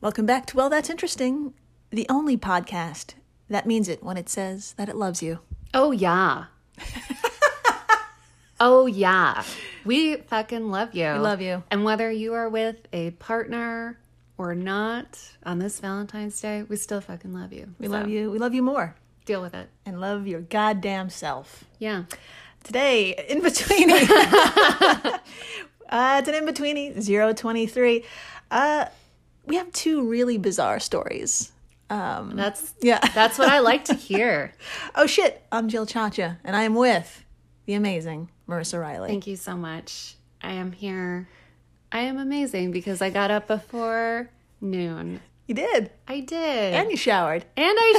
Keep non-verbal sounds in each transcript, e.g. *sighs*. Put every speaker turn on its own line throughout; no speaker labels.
Welcome back to Well, That's Interesting, the only podcast that means it when it says that it loves you.
Oh, yeah. oh, yeah. We fucking love you. We
love you.
And whether you are with a partner or not on this Valentine's Day, we still fucking love you.
We love you. We love you more
Deal with it.
and love your goddamn self.
Yeah.
Today, in *laughs* betweeny. uh, it's an in betweeny, 023. Uh, we have two really bizarre stories. Um,
That's
yeah.
*laughs* that's what I
*laughs*
like to hear.
oh shit, I'm Jill Chacha, and I am with the amazing Marissa Riley.
Thank you so much. I am here. I am amazing because I got up before noon.
you did.
I did.
And you showered.
And
*laughs*
I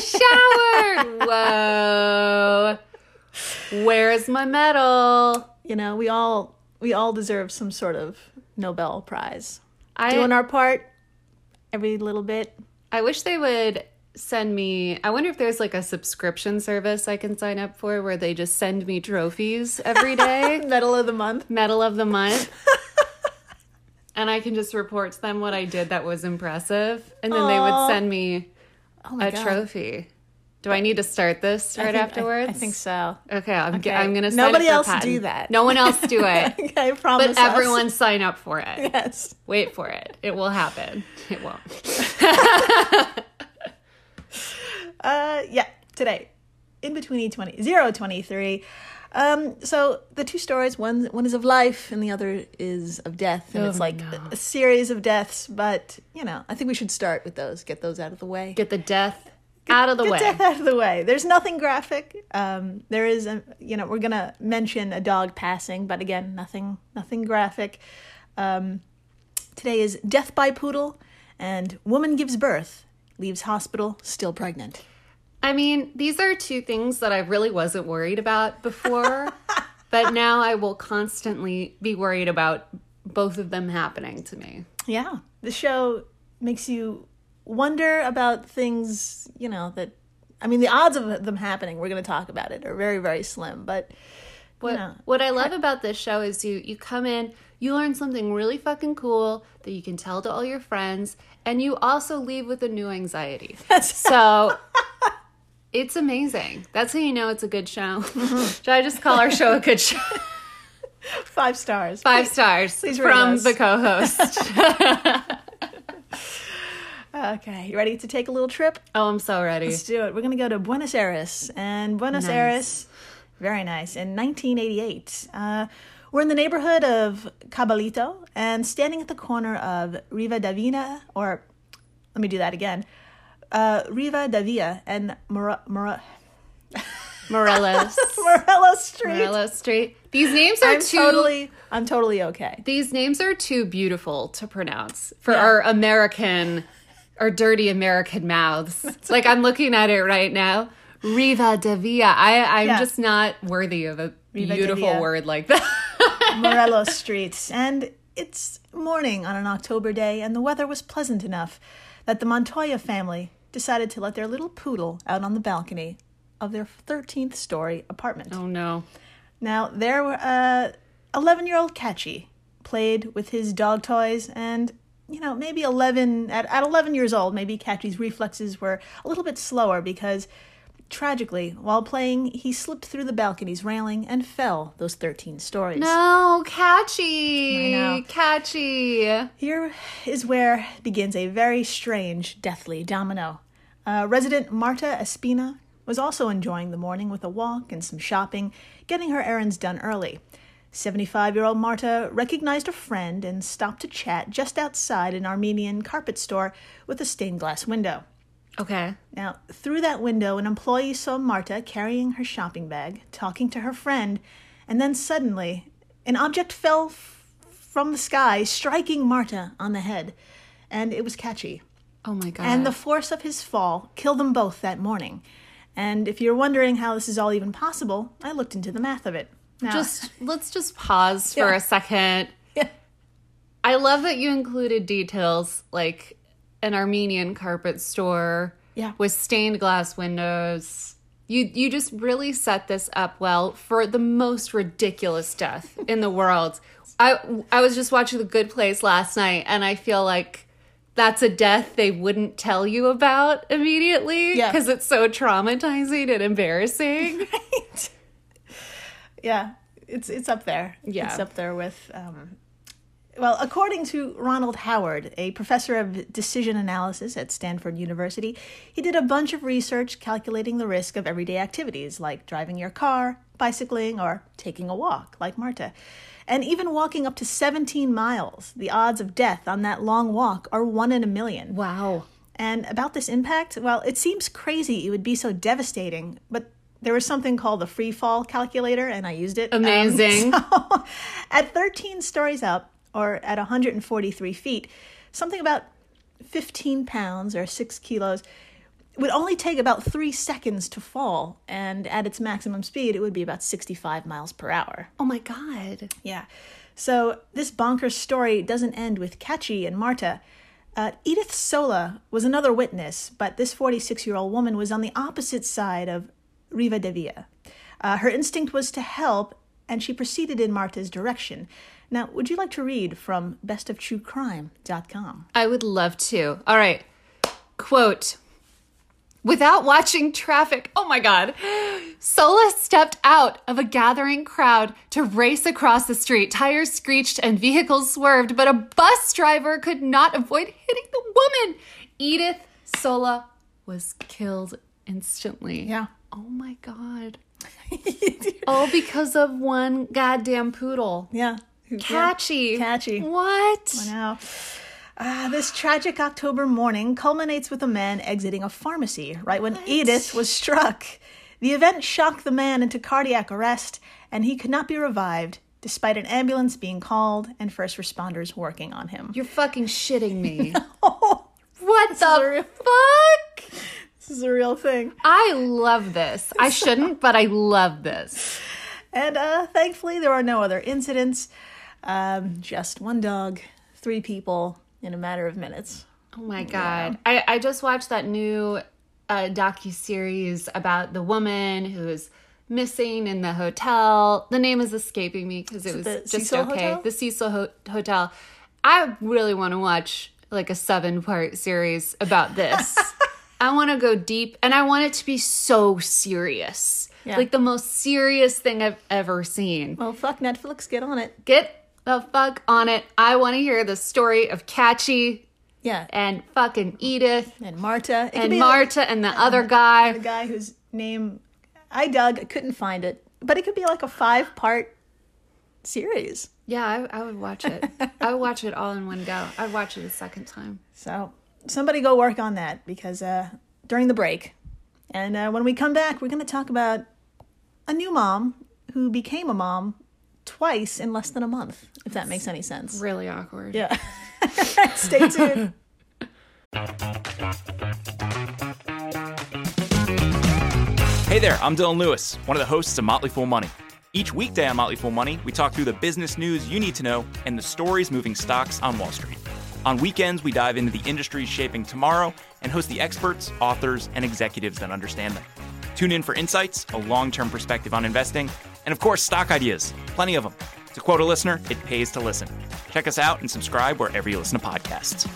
showered. Whoa. Where's my medal?
You know, we all we all deserve some sort of Nobel Prize.
I
Doing our part every little bit.
I wish they would send me. I wonder if there's like a subscription service I can sign up for where they just send me trophies
*laughs*
every day,
Medal of the month.
medal of the month. And I can just report to them what I did that was impressive. And then they
Aw.
would send me
Oh my
a
God.
trophy. Do I need to start this
I
right
think- I-
afterwards?
I, think so.
Okay, I'm, g am going to
Nobody else do that.
No one else
*laughs*
do it.
Okay, I promise. us.
but everyone sign up for it.
*laughs* Yes.
Wait for it. It will happen. It won't.
Uh, yeah, today, in between 20, 023. Um, so the two stories, one one is of life and the other is of death, and it's
Oh,
like
no.
a, a series of deaths. But you know, I think we should start with those, get those out of the way,
Get the death out of the
Get
way.
death out of the way. There's nothing graphic. Um, there is, a, you know, we're gonna mention a dog passing, but again, nothing nothing graphic. Um, today is death by poodle, and woman gives birth, leaves hospital still pregnant.
I mean, these are two things that I really wasn't worried about *laughs* before, but now I will constantly be worried about both of them happening to me.
Yeah. The show makes you wonder about things, you know, that I mean, the odds of them happening, we're going to talk about it, are very, very slim. But
What
Yeah.
what I love about this show is you you come in, you learn something really fucking cool that you can tell to all your friends, and you also leave with a new *laughs* anxiety. so it's amazing. That's how you know it's a good show. *laughs* Should I just call our show a good show?
five stars.
*laughs* Five *laughs* stars
rate
from
us.
the co-host. *laughs*
Okay. You ready to take a little trip?
oh, I'm so ready.
Let's do it. We're going to go to Buenos Aires. And Buenos
Nice.
Aires, very nice, in 1988. Uh, we're in the neighborhood of Cabalito and standing at the corner of Riva Davina, or let me do that again uh, Riva Davia and Mora. Mora- *laughs*
*laughs* Morelos.
Morello Street.
Morelos Street. These names are
I'm
too
totally, I'm totally okay.
these names are too beautiful to pronounce for our American our dirty American mouths. like I'm looking at it right now. Riva de Villa. I, I'm
Yeah.
just not worthy of a
de
beautiful
Villa.
word
*laughs*
like that.
Morello Street, and it's morning on an October day, and the weather was pleasant enough that the Montoya family decided to let their little poodle out on the balcony of their 13th story apartment.
oh no.
Now, there were uh, 11 year old Catchy played with his dog toys, and you know, maybe 11, at, at 11 years old, maybe Catchy's reflexes were a little bit slower because tragically, while playing, he slipped through the balcony's railing and fell those 13 stories.
No, catchy.
I know.
Catchy.
Here is where begins a very strange deathly domino. Uh, resident Marta Espina was also enjoying the morning with a walk and some shopping, getting her errands done early. 75 year old Marta recognized a friend and stopped to chat just outside an Armenian carpet store with a stained glass window.
Okay.
Now, through that window, an employee saw Marta carrying her shopping bag, talking to her friend, and then suddenly, an object fell f- from the sky, striking Marta on the head. And it was catchy.
Oh my god.
And the force of his fall killed them both that morning. And if you're wondering how this is all even possible, I looked into the math of it. Now, *laughs*
just let's just pause for
Yeah.
a second.
Yeah.
I love that you included details like an Armenian carpet store
Yeah.
with stained glass windows. You you just really set this up well for the most ridiculous death in the world. I I was just watching The Good Place last night and I feel like that's a death they wouldn't tell you about immediately
Yeah.
because it's so traumatizing and embarrassing.
Yeah, it's it's up there.
Yeah.
it's up there with. Um, well, according to Ronald Howard, a professor of decision analysis at Stanford University, he did a bunch of research calculating the risk of everyday activities like driving your car, bicycling, or taking a walk, like Marta. And even walking up to 17 miles, the odds of death on that long walk are one in a million.
wow.
And about this impact, well, it seems crazy it would be so devastating, but there was something called the free fall calculator, and I used it. Um,
Amazing.
so *laughs* at 13 stories up, or at 143 feet, something about 15 pounds or 6 kilos would only take about three seconds to fall, and at its maximum speed, it would be about 65 miles per hour.
oh my God.
Yeah. So this bonkers story doesn't end with Kachi and Marta. Uh, Edith Sola was another witness, but this 46 year old woman was on the opposite side of Riva de Villa. Uh, her instinct was to help, and she proceeded in Marta's direction. Now, would you like to read from bestofTrueCrime.com?
I would love to. All right. Quote Without watching traffic, oh my God, Sola stepped out of a gathering crowd to race across the street. Tires screeched and vehicles swerved, but a bus driver could not avoid hitting the woman. Edith Sola was killed instantly.
Yeah.
Oh my God. All because of one goddamn poodle.
Yeah.
Catchy.
Catchy.
What?
Now, ah, this tragic October morning culminates with a man exiting a pharmacy right when Edith was struck. The event shocked the man into cardiac arrest, and he could not be revived despite an ambulance being called and first responders working on him.
You're fucking shitting me.
Oh,
What the fuck?
this is a real thing.
I love this. I shouldn't, but I love this.
And uh, thankfully, there are no other incidents. Um, just one dog, three people in a matter of minutes.
Oh my god. I, I just watched that new uh, docu series about the woman who is missing in the hotel. The name is escaping me because it was
the
just
Cecil
okay.
Hotel?
The Cecil Ho- Hotel. I really want to watch like a seven part series
*laughs*
about this. I want to go deep and I want it to be so serious.
Yeah.
Like the most serious thing I've ever seen.
Well, fuck Netflix, get on it.
Get the fuck on it. I want to hear the story of Catchy
Yeah.
and fucking Edith
And Marta. It could
and
be-
Marta and the other guy.
the guy whose name I dug, I couldn't find it, but it could be like a five part series.
Yeah, I, I would watch it. I would watch it all in one go. I'd watch it a second time.
So somebody go work on that because uh, during the break, and uh, when we come back, we're going to talk about a new mom who became a mom twice in less than a month, if that makes any sense.
Really awkward.
Yeah. *laughs* Stay tuned.
Hey there, I'm Dylan Lewis, one of the hosts of Motley Fool Money. Each weekday on Motley Fool Money, we talk through the business news you need to know and the stories moving stocks on Wall Street. On weekends, we dive into the industries shaping tomorrow and host the experts, authors, and executives that understand them. Tune in for insights, a long term perspective on investing, and of course, stock ideas. Plenty of them. To quote a listener, it pays to listen. Check us out and subscribe wherever you listen to podcasts.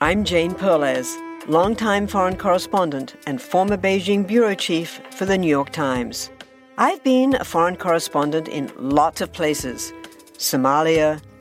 I'm Jane Perlez, longtime foreign correspondent and former Beijing bureau chief for the New York Times. I've been a foreign correspondent in lots of places Somalia,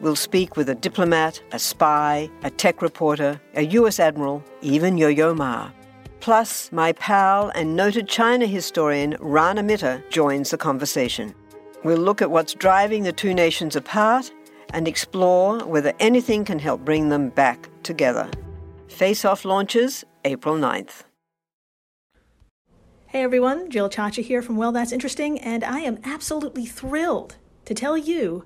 We'll speak with a diplomat, a spy, a tech reporter, a US admiral, even Yo Yo Ma. Plus, my pal and noted China historian Rana Mitter joins the conversation. We'll look at what's driving the two nations apart and explore whether anything can help bring them back together. Face Off launches April 9th.
Hey everyone, Jill Chacha here from Well That's Interesting, and I am absolutely thrilled to tell you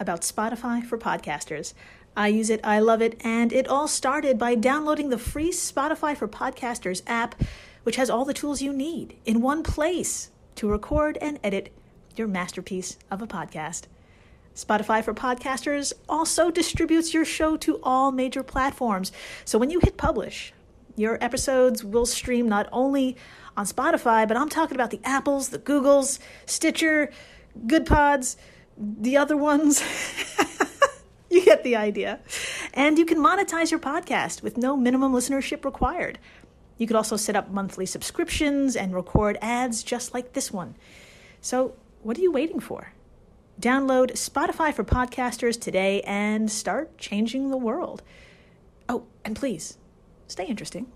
about Spotify for Podcasters. I use it, I love it, and it all started by downloading the free Spotify for Podcasters app, which has all the tools you need in one place to record and edit your masterpiece of a podcast. Spotify for Podcasters also distributes your show to all major platforms. So when you hit publish, your episodes will stream not only on Spotify, but I'm talking about the Apples, the Googles, Stitcher, Good Pods, the other ones. *laughs* you get the idea. And you can monetize your podcast with no minimum listenership required. You could also set up monthly subscriptions and record ads just like this one. So, what are you waiting for? Download Spotify for podcasters today and start changing the world. Oh, and please, stay interesting.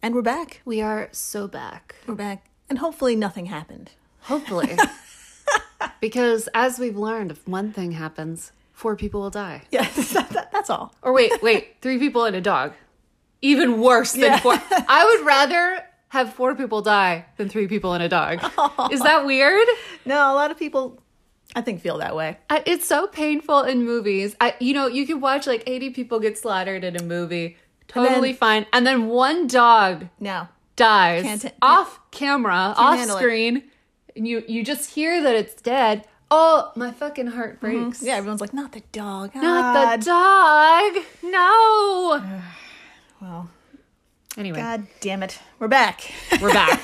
And we're back.
We are so back.
We're back. And hopefully, nothing happened.
Hopefully. *laughs* because as we've learned, if one thing happens, four people will die.
Yeah, *laughs* that, that- that's all.
Or wait, wait, three people and a dog. Even worse than four. *laughs* I would rather have four people die than three people and a *laughs* dog. Is that weird?
No, a lot of people, I think, feel that way.
I- It's so painful in movies. I, you know, you can watch like 80 people get slaughtered in a movie. Totally fine. And then one dog
No.
dies
Can't ha-
off camera, off
handle it.
screen. And you, you just hear that it's dead. Oh, my fucking heart breaks.
Mm-hmm. Yeah, everyone's like, not the dog. Ah,
Not the dog. No.
*sighs* Well,
Anyway,
God damn it. We're back. *laughs*
we're back.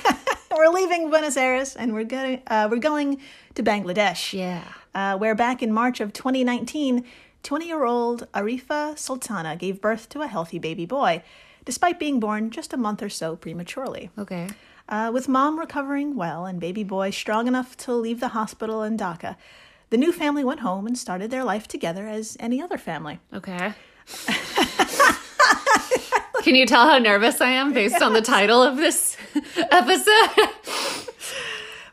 we're leaving Buenos Aires and we're going, uh, we're going to Bangladesh.
yeah.
Uh, where back in March of 2019, 20 year old Arifa Sultana gave birth to a healthy baby boy, despite being born just a month or so prematurely.
Okay.
Uh, with mom recovering well and baby boy strong enough to leave the hospital in Dhaka, the new family went home and started their life together as any other family.
Okay. Can you tell how nervous I am based on the title of this *laughs* episode?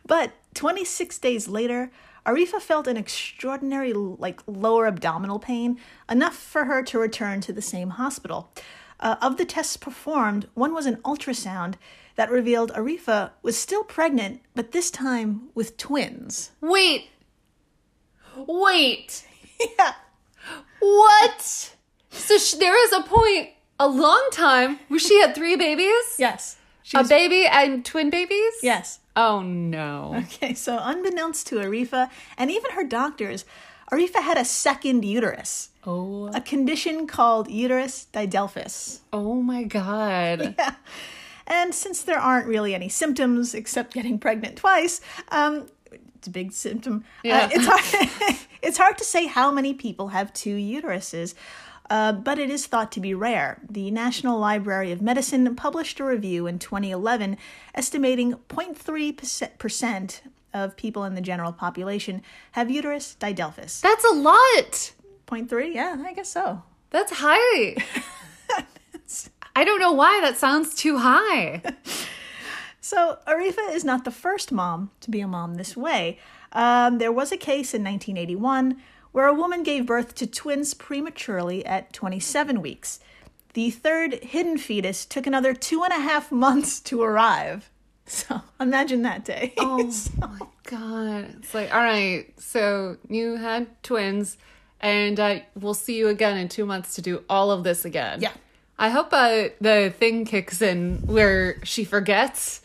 But 26 days later, Arifa felt an extraordinary like lower abdominal pain, enough for her to return to the same hospital. Uh, of the tests performed, one was an ultrasound that revealed Arifa was still pregnant, but this time with twins.
Wait. Wait. What? So sh- there was a point a long time where she had three babies?
Yes.
a baby and twin babies?
Yes.
Oh no.
Okay, so unbeknownst to Arifa and even her doctors, Arifa had a second uterus,
Oh,
a condition called uterus didelphys.
oh my god.
And since there aren't really any symptoms except getting pregnant twice, um, it's a big symptom. uh,
Yeah.
it's hard. *laughs* it's hard to say how many people have two uteruses. Uh, but it is thought to be rare. The National Library of Medicine published a review in 2011 estimating 0.3% of people in the general population have uterus didelphys.
That's a lot.
0.3? Yeah, I guess so.
That's high. I don't know why that sounds too high.
So, Arifa is not the first mom to be a mom this way. Um, there was a case in 1981 where a woman gave birth to twins prematurely at 27 weeks. The third hidden fetus took another two and a half months to arrive. *laughs* So, imagine that day. *laughs*
God, it's like, all right, so you had twins, and uh, we'll see you again in two months to do all of this again.
Yeah.
I hope uh, the thing kicks in where she forgets.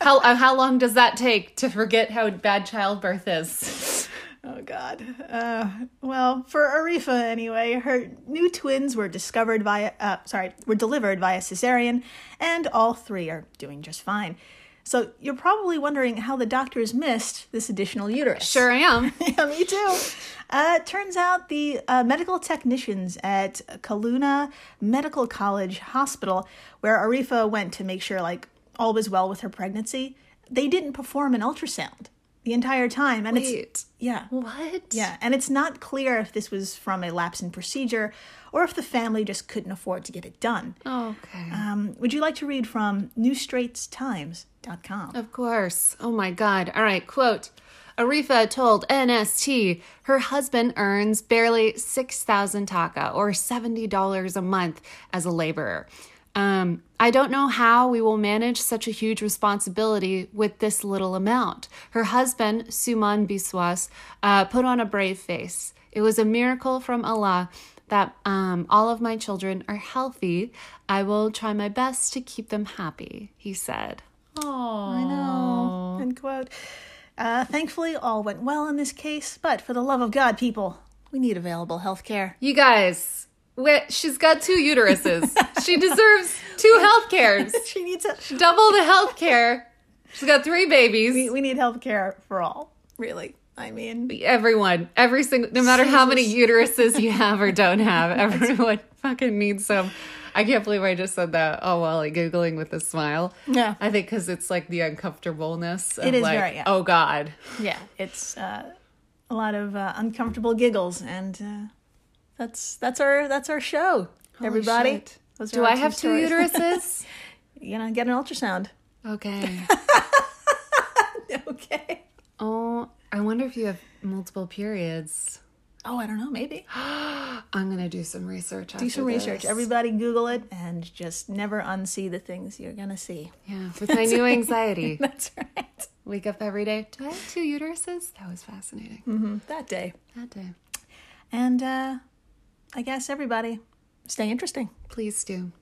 How uh, how long does that take to forget how bad childbirth is?
Oh, God. Uh, well, for Arifa anyway, her new twins were discovered via, uh, sorry, were delivered via cesarean, and all three are doing just fine. So you're probably wondering how the doctors missed this additional uterus.
Sure, I am.
*laughs* yeah, me too. Uh, turns out the uh, medical technicians at Kaluna Medical College Hospital, where Arifa went to make sure like all was well with her pregnancy, they didn't perform an ultrasound the entire time, and
Wait.
it's yeah,
What?
yeah, and it's not clear if this was from a lapse in procedure or if the family just couldn't afford to get it done.
Oh. Okay.
Um, would you like to read from newstraightstimes.com?
Of course. Oh my God. All right. Quote Arifa told NST her husband earns barely 6,000 taka or $70 a month as a laborer. Um, I don't know how we will manage such a huge responsibility with this little amount. Her husband, Suman Biswas, uh, put on a brave face. It was a miracle from Allah that um, all of my children are healthy. I will try my best to keep them happy, he said.
I know. End quote. Uh, thankfully, all went well in this case, but for the love of God, people, we need available health care.
You guys, wait, she's got two uteruses.
*laughs*
she deserves two health cares,
She needs it.
double the health care. She's got three babies.
We need health care for all, really. I mean,
Everyone, every single, no matter how many uteruses you have or
*laughs*
don't have, everyone fucking needs some. I can't believe I just said that. Oh, well, like Googling with a smile.
Yeah.
I think because it's like the uncomfortableness of
It is
like,
very, yeah.
oh God.
yeah, it's uh, a lot of uh, uncomfortable giggles, and uh, that's that's our that's our show. everybody,
shit.
Those are
Do
our
I have two
stories. *laughs*
uteruses?
You know, get an ultrasound.
okay.
*laughs* Okay.
Oh, I wonder if you have multiple periods.
Oh, I don't know. *gasps* Maybe
I'm gonna do some research.
do some research. Everybody, Google it, and just never unsee the things you're gonna see. *laughs*
Yeah, with my new anxiety.
That's right.
Wake up every day. Do I have two uteruses? That was fascinating.
That day,
That day.
and uh, I guess everybody, stay interesting.
Please do.